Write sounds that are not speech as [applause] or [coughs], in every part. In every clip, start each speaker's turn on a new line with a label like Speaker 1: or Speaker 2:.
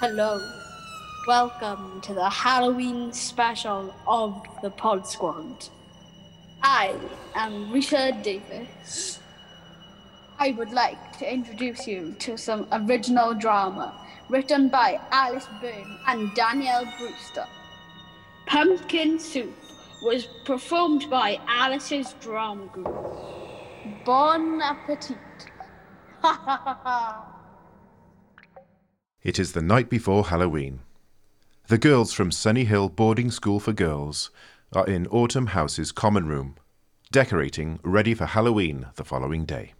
Speaker 1: Hello. Welcome to the Halloween special of the Pod Squad. I am Richard Davis. I would like to introduce you to some original drama written by Alice Byrne and Danielle Brewster. Pumpkin Soup was performed by Alice's drum group. Bon appetit. [laughs] Ha ha ha ha.
Speaker 2: It is the night before Halloween. The girls from Sunny Hill Boarding School for Girls are in Autumn House's common room, decorating ready for Halloween the following day.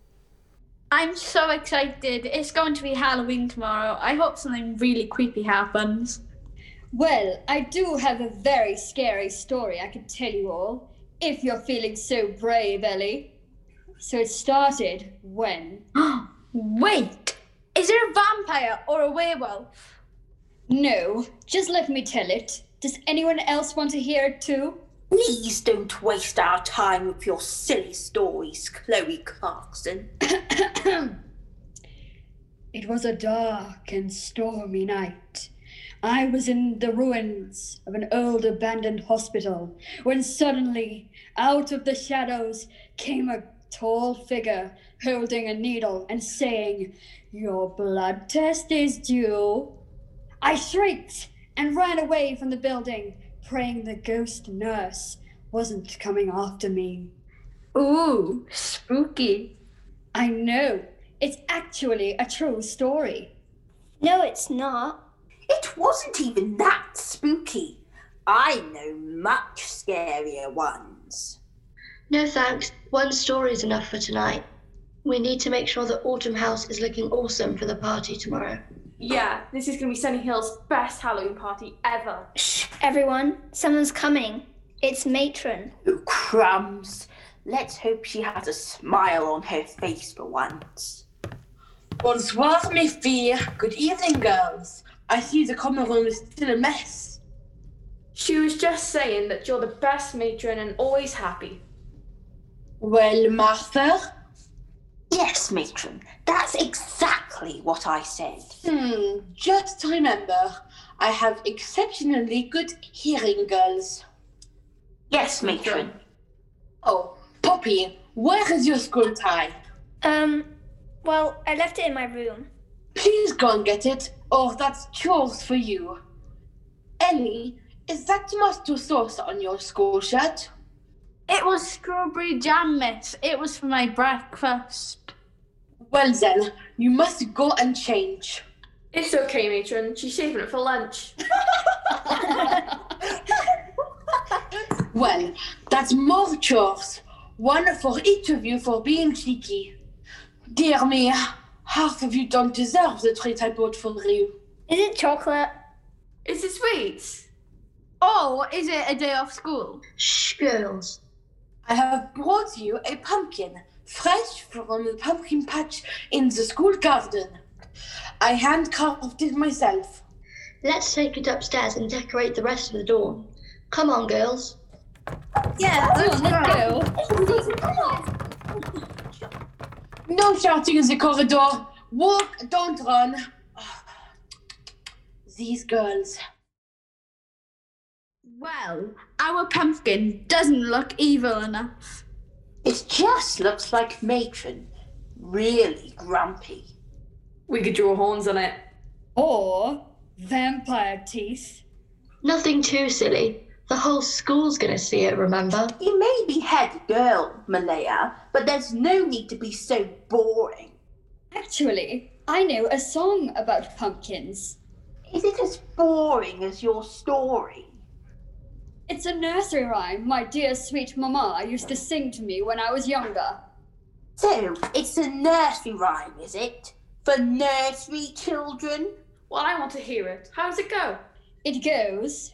Speaker 1: I'm so excited. It's going to be Halloween tomorrow. I hope something really creepy happens. [gasps]
Speaker 3: Well, I do have a very scary story I can tell you all, if you're feeling so brave, Ellie. So it started when?
Speaker 1: Wait! Is there a vampire or a werewolf?
Speaker 3: No, just let me tell it. Does anyone else want to hear it too?
Speaker 4: Please don't waste our time with your silly stories, Chloe Clarkson.
Speaker 3: [coughs] It was a dark and stormy night. I was in the ruins of an old abandoned hospital when suddenly, out of the shadows, came a tall figure holding a needle and saying, Your blood test is due. I shrieked and ran away from the building, praying the ghost nurse wasn't coming after me.
Speaker 1: Ooh, spooky.
Speaker 3: I know, it's actually a true story.
Speaker 5: No, it's not.
Speaker 4: It wasn't even that spooky. I know much scarier ones.
Speaker 5: No thanks. One story is enough for tonight. We need to make sure that Autumn House is looking awesome for the party tomorrow.
Speaker 6: Yeah, this is gonna be Sunny Hill's best Halloween party ever.
Speaker 7: Everyone, someone's coming. It's Matron.
Speaker 4: Oh, crumbs. Let's hope she has a smile on her face for once.
Speaker 8: Bonsoir, mes filles. Good evening, girls. I see the common room is still a mess.
Speaker 6: She was just saying that you're the best matron and always happy.
Speaker 8: Well, Martha?
Speaker 4: Yes, matron, that's exactly what I said.
Speaker 8: Hmm, just remember, I have exceptionally good hearing, girls.
Speaker 4: Yes, matron.
Speaker 8: Oh, Poppy, where is your school tie?
Speaker 7: Um, well, I left it in my room.
Speaker 8: Please go and get it, or that's chores for you. Ellie, is that mustard sauce on your school shirt?
Speaker 1: It was strawberry jam, miss. It was for my breakfast.
Speaker 8: Well then, you must go and change.
Speaker 6: It's okay, matron. She's saving it for lunch.
Speaker 8: Well, that's more chores. One for each of you for being cheeky. Dear me, half of you don't deserve the treat I bought for you.
Speaker 7: Is it chocolate?
Speaker 6: Is it sweets?
Speaker 1: Or Oh, is it a day off school?
Speaker 5: Shh, girls.
Speaker 8: I have brought you a pumpkin, fresh from the pumpkin patch in the school garden. I hand carved it myself.
Speaker 5: Let's take it upstairs and decorate the rest of the dorm. Come on, girls.
Speaker 1: Yeah, let's go.
Speaker 8: No shouting in the corridor. Walk, don't run. These girls.
Speaker 1: Well, our pumpkin doesn't look evil enough.
Speaker 4: It just looks like matron. Really grumpy.
Speaker 6: We could draw horns on it.
Speaker 3: Or vampire teeth.
Speaker 5: Nothing too silly. The whole school's gonna see it, remember?
Speaker 4: You may be head girl, Malaya, but there's no need to be so boring.
Speaker 3: Actually, I know a song about pumpkins.
Speaker 4: Is it as boring as your story?
Speaker 3: It's a nursery rhyme my dear sweet mamma used to sing to me when I was younger.
Speaker 4: So, it's a nursery rhyme, is it? For nursery children?
Speaker 6: Well, I want to hear it. How does it go?
Speaker 3: It goes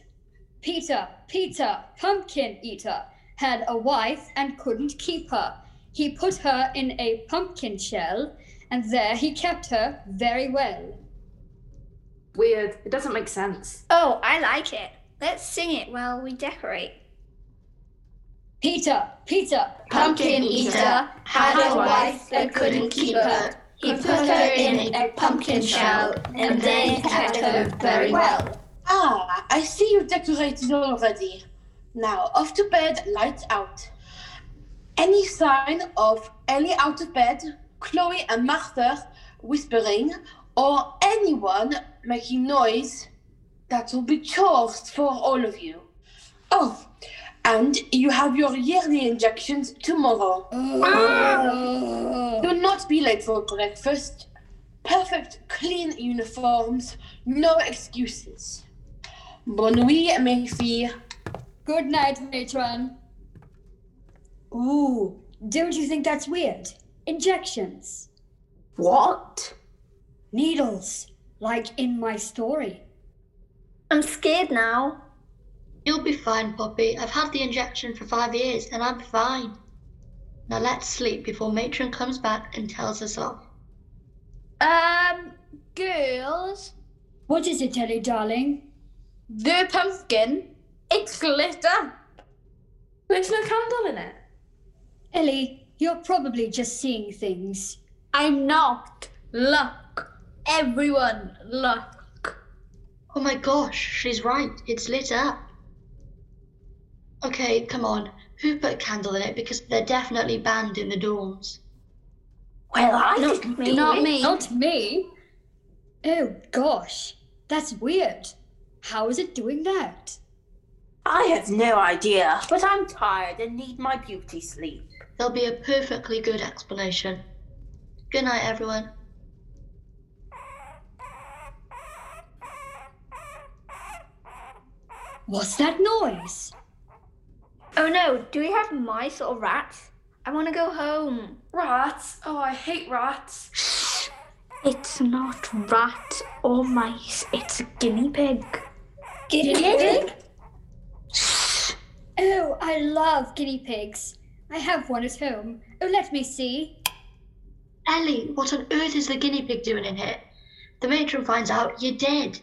Speaker 3: Peter, Peter, pumpkin eater, had a wife and couldn't keep her. He put her in a pumpkin shell, and there he kept her very well.
Speaker 6: Weird. It doesn't make sense.
Speaker 7: Oh, I like it. Let's sing it while we decorate.
Speaker 3: Peter, Peter,
Speaker 5: Pumpkin eater had a wife and couldn't keep her.
Speaker 7: He put her in a pumpkin shell, and they kept her very well.
Speaker 8: Ah, I see you decorated already. Now, off to bed, lights out. Any sign of Ellie out of bed, Chloe and Martha whispering, or anyone making noise, that will be chores for all of you. Oh, and you have your yearly injections tomorrow. Do not be late for breakfast. Perfect, clean uniforms, no excuses. Bonne nuit, mes filles.
Speaker 3: Good night, matron. Ooh, don't you think that's weird? Injections,
Speaker 4: What?
Speaker 3: needles, like in my story.
Speaker 7: I'm scared now.
Speaker 5: You'll be fine, Poppy. I've had the injection for five years and I'm fine. Now let's sleep before Matron comes back and tells us off.
Speaker 1: Um, girls,
Speaker 3: What is it, Ellie, darling?
Speaker 1: the pumpkin, it's glitter.
Speaker 6: There's no candle in it.
Speaker 3: Ellie, you're probably just seeing things.
Speaker 1: I'm not. Look, everyone, look.
Speaker 5: Oh my gosh, she's right. It's lit up. Okay, come on. Who put candle in it? Because they're definitely banned in the dorms.
Speaker 4: Well, I didn't do
Speaker 1: Not
Speaker 4: it.
Speaker 1: me.
Speaker 3: Not me. Oh, gosh, that's weird. How is it doing that?
Speaker 4: I have no idea. But I'm tired and need my beauty sleep.
Speaker 5: There'll be a perfectly good explanation. Good night, everyone.
Speaker 3: What's that noise?
Speaker 7: Oh no, do we have mice or rats? I want to go home.
Speaker 6: Rats. Oh, I hate rats.
Speaker 7: It's not rats or mice, it's a guinea pig.
Speaker 3: Guinea pig? Oh, I love guinea pigs. I have one at home. Oh, let me see.
Speaker 5: Ellie, what on earth is the guinea pig doing in here? The matron finds out you're dead.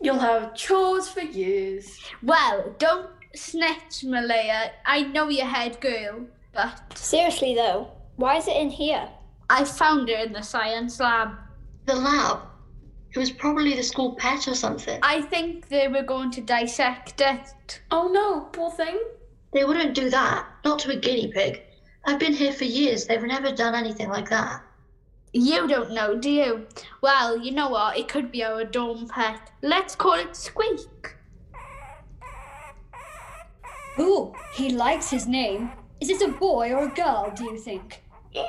Speaker 6: You'll have chores for years.
Speaker 1: Well, don't snitch, Malaya. I know your head, girl, but
Speaker 7: Seriously though, why is it in here?
Speaker 1: I found her in the science lab.
Speaker 5: The lab. It was probably the school pet or something.
Speaker 1: I think they were going to dissect it.
Speaker 6: Oh no, poor thing.
Speaker 5: They wouldn't do that. Not to a guinea pig. I've been here for years. They've never done anything like that.
Speaker 1: You don't know, do you? Well, you know what? It could be our dorm pet. Let's call it Squeak.
Speaker 3: Ooh, he likes his name. Is it a boy or a girl, do you think?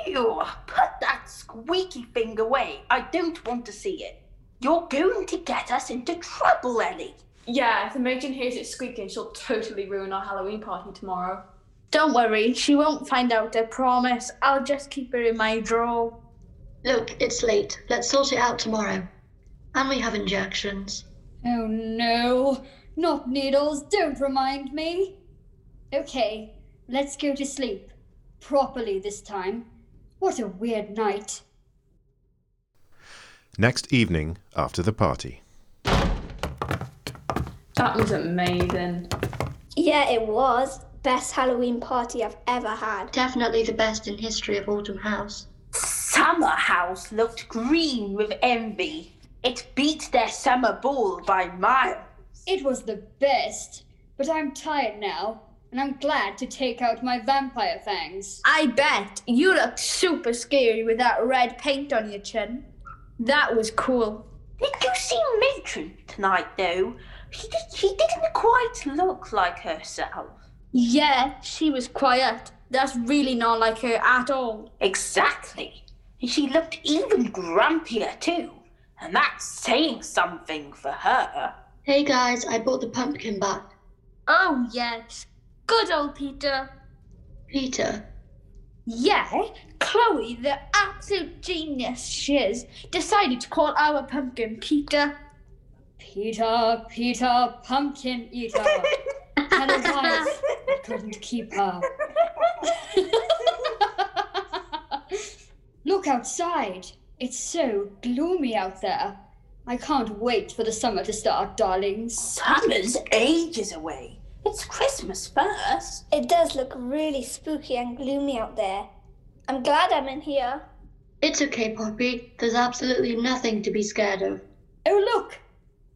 Speaker 4: Ew, put that squeaky thing away. I don't want to see it. You're going to get us into trouble, Ellie.
Speaker 6: Yeah, if the matron hears it squeaking, she'll totally ruin our Halloween party tomorrow.
Speaker 1: Don't worry, she won't find out, I promise. I'll just keep her in my drawer.
Speaker 5: Look, it's late. Let's sort it out tomorrow. And we have injections.
Speaker 3: Oh no, not needles, don't remind me. Okay, let's go to sleep. Properly this time. What a weird night.
Speaker 2: Next evening, after the party.
Speaker 6: That was amazing.
Speaker 7: Yeah, it was. Best Halloween party I've ever had.
Speaker 5: Definitely the best in history of Autumn House.
Speaker 4: Summer House looked green with envy. It beat their summer ball by miles.
Speaker 3: It was the best, but I'm tired now, and I'm glad to take out my vampire fangs.
Speaker 1: I bet you look super scary with that red paint on your chin. That was cool.
Speaker 4: Did you see Matron tonight, though? She, did, she didn't quite look like herself.
Speaker 1: Yeah, she was quiet. That's really not like her at all.
Speaker 4: Exactly. And she looked even grumpier, too. And that's saying something for her.
Speaker 5: Hey guys, I bought the pumpkin back.
Speaker 1: Oh, yes. Good old Peter.
Speaker 5: Peter,
Speaker 1: Yeah, Chloe, the absolute genius she is, decided to call our pumpkin Peter.
Speaker 3: Peter, Peter, pumpkin eater. Tell her wife I couldn't keep her. [laughs] Look outside. It's so gloomy out there. I can't wait for the summer to start, darlings.
Speaker 4: Summer's ages away. It's Christmas first.
Speaker 7: It does look really spooky and gloomy out there. I'm glad I'm in here.
Speaker 5: It's okay, Poppy. There's absolutely nothing to be scared of.
Speaker 3: Oh, look!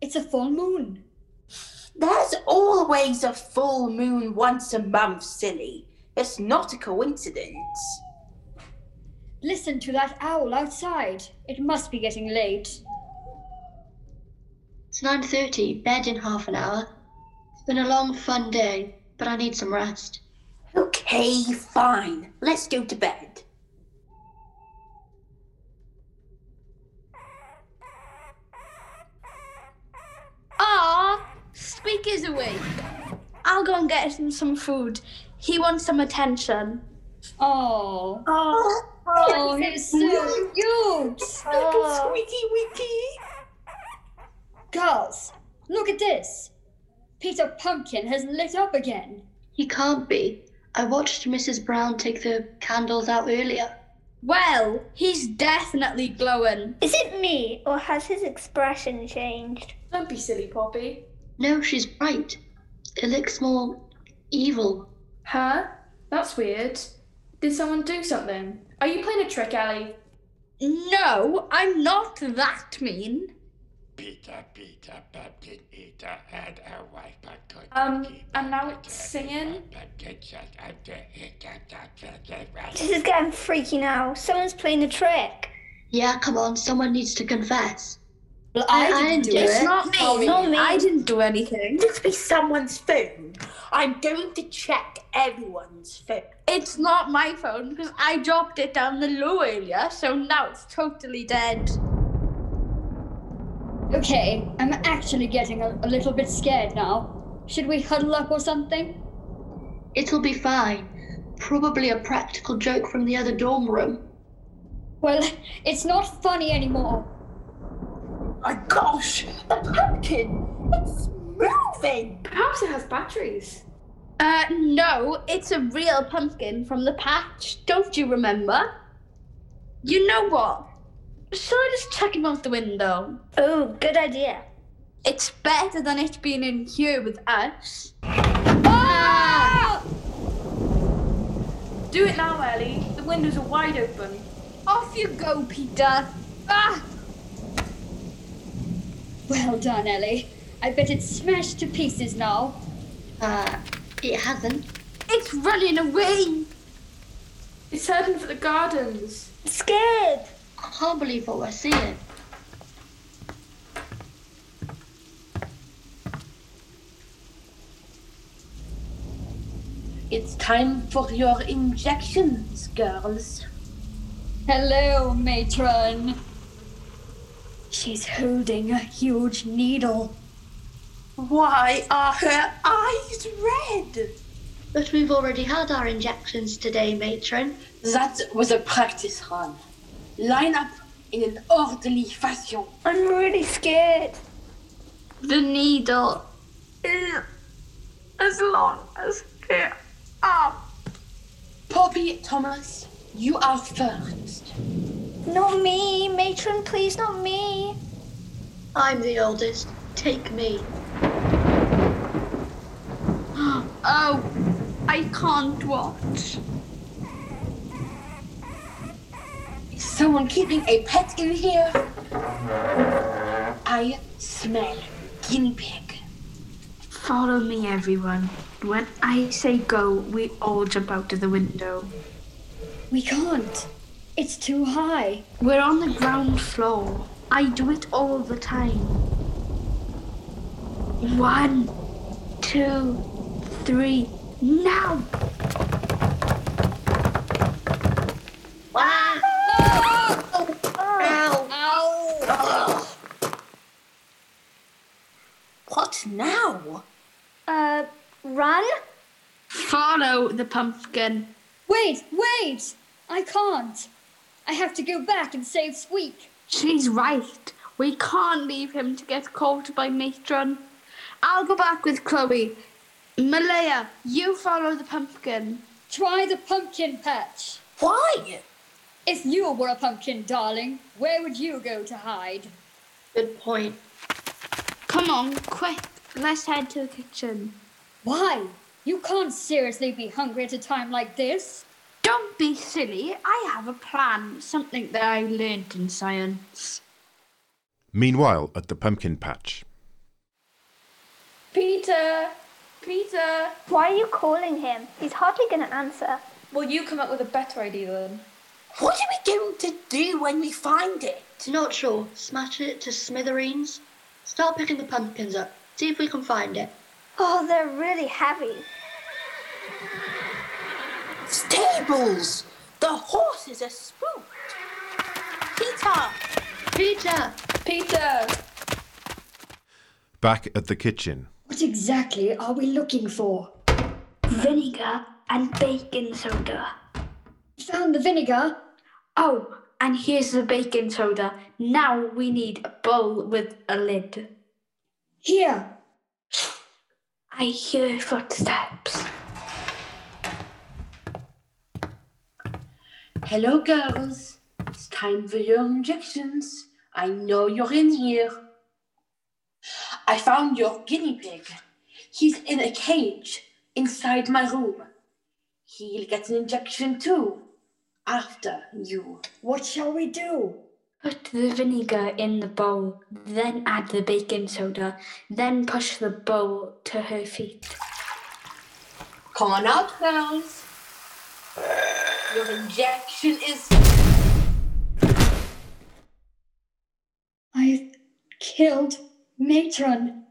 Speaker 3: It's a full moon.
Speaker 4: There's always a full moon once a month, silly. It's not a coincidence.
Speaker 3: Listen to that owl outside. It must be getting late.
Speaker 5: It's 9.30, bed in half an hour. It's been a long, fun day, but I need some rest.
Speaker 4: Okay, fine. Let's go to bed.
Speaker 1: Ah, Squeaky's awake. I'll go and get him some food. He wants some attention.
Speaker 3: Oh,
Speaker 1: Oh,
Speaker 3: oh, he's so cute!
Speaker 4: Little squeaky wiki.
Speaker 3: Girls, look at this. Peter Pumpkin has lit up again.
Speaker 5: He can't be. I watched Mrs. Brown take the candles out earlier.
Speaker 1: well, he's definitely glowing.
Speaker 7: Is it me, or has his expression changed?
Speaker 6: Don't be silly, Poppy.
Speaker 5: No, she's right. It looks more evil.
Speaker 6: Huh? That's weird. Did someone do something? Are you playing a trick, Ellie?
Speaker 1: No, I'm not that mean.
Speaker 9: Peter, Peter, pumpkin eater, had a wife, pumpkin.
Speaker 6: Um,
Speaker 9: cookie,
Speaker 6: and now
Speaker 9: pumpkin
Speaker 6: it's
Speaker 9: turkey,
Speaker 6: singing?
Speaker 9: Pumpkin shut up the hiccup,
Speaker 7: This is getting freaky now. Someone's playing a trick.
Speaker 5: Yeah, come on, someone needs to confess.
Speaker 3: Well,
Speaker 5: I- I didn't do
Speaker 1: It's
Speaker 5: it.
Speaker 1: not me.
Speaker 7: not me.
Speaker 1: I didn't do anything.
Speaker 4: Must be someone's phone. I'm going to check everyone's phone.
Speaker 1: It's not my phone because I dropped it down the loo earlier, so now it's totally dead.
Speaker 3: Okay, I'm actually getting a, a little bit scared now. Should we huddle up or something?
Speaker 5: It'll be fine. Probably a practical joke from the other dorm room.
Speaker 3: Well, [laughs] it's not funny anymore.
Speaker 4: My gosh, the pumpkin! It's moving!
Speaker 6: Perhaps it has batteries.
Speaker 1: Uh, no, it's a real pumpkin from the patch. Don't you remember? You know what? Shall I just chuck him out the window?
Speaker 7: Oh, good idea.
Speaker 1: It's better than it being in here with us.
Speaker 6: Do it now, Ellie. The windows are wide open.
Speaker 1: Off you go, Peter. Ah!
Speaker 3: Well done, Ellie. I bet it's smashed to pieces now.
Speaker 5: Uh, it hasn't.
Speaker 1: It's running away.
Speaker 6: It's heading for the gardens.
Speaker 7: Scared.
Speaker 5: I can't believe what we're seeing.
Speaker 8: It's time for your injections, girls.
Speaker 3: Hello, matron. She's holding a huge needle.
Speaker 4: Why are her eyes red?
Speaker 5: But we've already had our injections today, matron.
Speaker 8: That was a practice run. Line up in an orderly fashion.
Speaker 7: I'm really scared.
Speaker 1: The needle. As long as it up.
Speaker 8: Poppy, Thomas, you are first.
Speaker 7: Not me, matron, please, not me.
Speaker 5: I'm the oldest. Take me.
Speaker 1: Oh, I can't watch.
Speaker 8: Is someone keeping a pet in here? I smell guinea pig.
Speaker 7: Follow me, everyone. When I say go, we all jump out of the window.
Speaker 3: We can't. It's too high.
Speaker 7: We're on the ground floor. I do it all the time. One, two, three, now!
Speaker 4: What now?
Speaker 7: Uh, run?
Speaker 1: Follow the pumpkin.
Speaker 3: Wait, wait! I can't. I have to go back and save Squeak.
Speaker 1: She's right. We can't leave him to get caught by Matron. I'll go back with Chloe. Malaya, you follow the pumpkin.
Speaker 3: Try the pumpkin patch.
Speaker 4: Why?
Speaker 3: If you were a pumpkin, darling, where would you go to hide?
Speaker 5: Good point.
Speaker 1: Come on, quick. Let's head to the kitchen.
Speaker 3: Why? You can't seriously be hungry at a time like this.
Speaker 7: Don't be silly. I have a plan, something that I learned in science.
Speaker 2: Meanwhile, at the pumpkin patch,
Speaker 6: Peter! Peter!
Speaker 10: Why are you calling him? He's hardly going to answer.
Speaker 6: Will you come up with a better idea then?
Speaker 4: What are we going to do when we find it?
Speaker 5: Not sure. Smash it to smithereens. Start picking the pumpkins up. See if we can find it.
Speaker 10: Oh, they're really heavy.
Speaker 4: Stables! The horses are spooked. Peter!
Speaker 5: Peter!
Speaker 6: Peter!
Speaker 2: back at the kitchen,
Speaker 3: What exactly are we looking for?
Speaker 7: Vinegar and baking soda.
Speaker 3: Found the vinegar?
Speaker 7: Oh, and here's the baking soda. Now we need a bowl with a lid.
Speaker 3: Here.
Speaker 7: I hear footsteps.
Speaker 8: Hello, girls. It's time for your injections. I know you're in here. I found your guinea pig. He's in a cage inside my room. He'll get an injection too. After you.
Speaker 3: What shall we do?
Speaker 7: Put the vinegar in the bowl, then add the baking soda, then push the bowl to her feet.
Speaker 8: Come on out, girls. Your injection is.
Speaker 3: I killed Matron.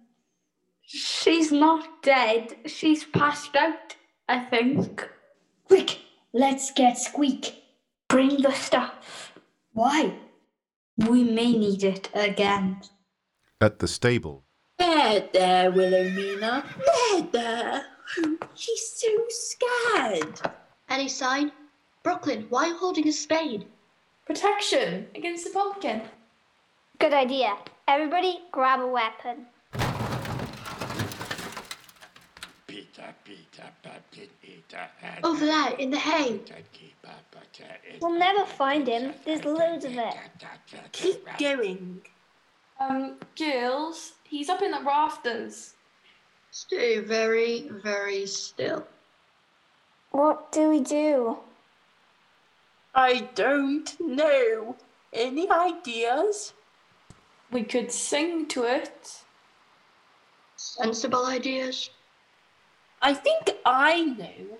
Speaker 7: She's not dead. She's passed out, I think.
Speaker 3: Quick, let's get Squeak.
Speaker 7: Bring the stuff.
Speaker 3: Why?
Speaker 7: We may need it again.
Speaker 2: at the stable,
Speaker 8: There, there, Wilhelmina.
Speaker 4: There, there. She's so scared.
Speaker 5: Any sign? Brooklyn, why are you holding a spade?
Speaker 6: Protection against the pumpkin.
Speaker 10: Good idea. Everybody grab a weapon.
Speaker 9: Peter, Peter, pumpkin eater, had
Speaker 5: Over there, in the hay.
Speaker 9: a keeper, but uh, it
Speaker 10: We'll never find him. There's loads of it.
Speaker 9: Keep
Speaker 4: Going.
Speaker 6: Um, girls, he's up in the rafters.
Speaker 5: Stay very, very still.
Speaker 10: What do we do?
Speaker 4: I don't know. Any ideas?
Speaker 6: We could sing to it.
Speaker 5: Sensible ideas.
Speaker 4: I think I know.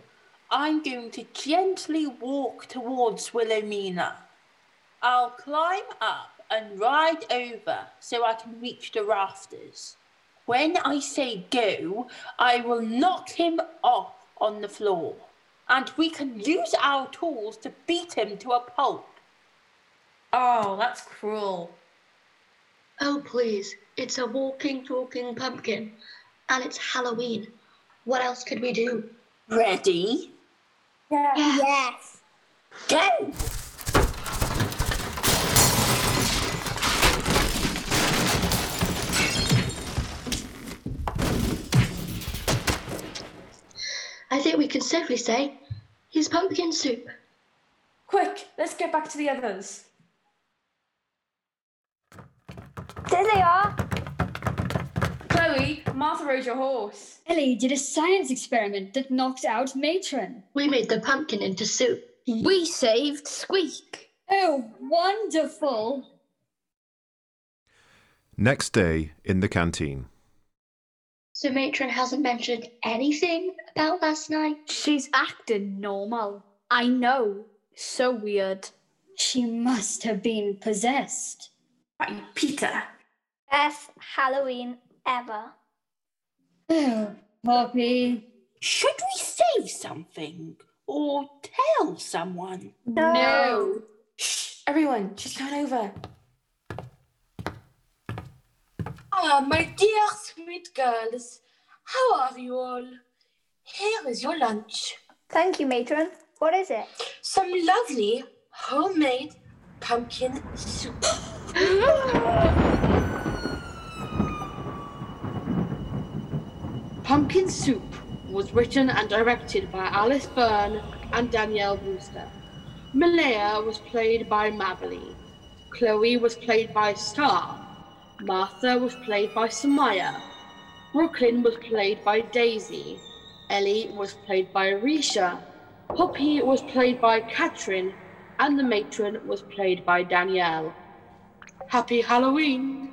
Speaker 4: I'm going to gently walk towards Wilhelmina. I'll climb up and ride over so I can reach the rafters. When I say go, I will knock him off on the floor. And we can use our tools to beat him to a pulp.
Speaker 6: Oh, that's cruel.
Speaker 5: Oh, please. It's a walking, talking pumpkin. And it's Halloween. What else could we do?
Speaker 4: Ready?
Speaker 10: Yes.
Speaker 4: Go!
Speaker 5: I think we can safely say he's pumpkin soup.
Speaker 6: Quick, let's get back to the others.
Speaker 10: There they are.
Speaker 6: Chloe, Martha rode your horse.
Speaker 3: Ellie did a science experiment that knocked out Matron.
Speaker 5: We made the pumpkin into soup.
Speaker 7: We saved Squeak.
Speaker 3: Oh, wonderful!
Speaker 2: next day in the canteen.
Speaker 5: So Matron hasn't mentioned anything about last night.
Speaker 7: She's acting normal. I know. So weird.
Speaker 3: She must have been possessed.
Speaker 6: Right, Peter.
Speaker 10: Best Halloween ever.
Speaker 3: Oh, Poppy.
Speaker 4: Should we say something or tell someone?
Speaker 10: No.
Speaker 6: Shh, everyone, she's going over.
Speaker 8: Ah, my dear sweet girls. How are you all? Here is your lunch.
Speaker 10: Thank you, matron. What is it?
Speaker 8: Some lovely homemade pumpkin soup.
Speaker 11: Pumpkin Soup was written and directed by Alice Byrne and Danielle Brewster. Malaya was played by Mabley. Chloe was played by Star. Martha was played by Samaya. Brooklyn was played by Daisy. Ellie was played by Risha.
Speaker 8: Poppy was played by Katrin, and the matron was played by Danielle. Happy Halloween!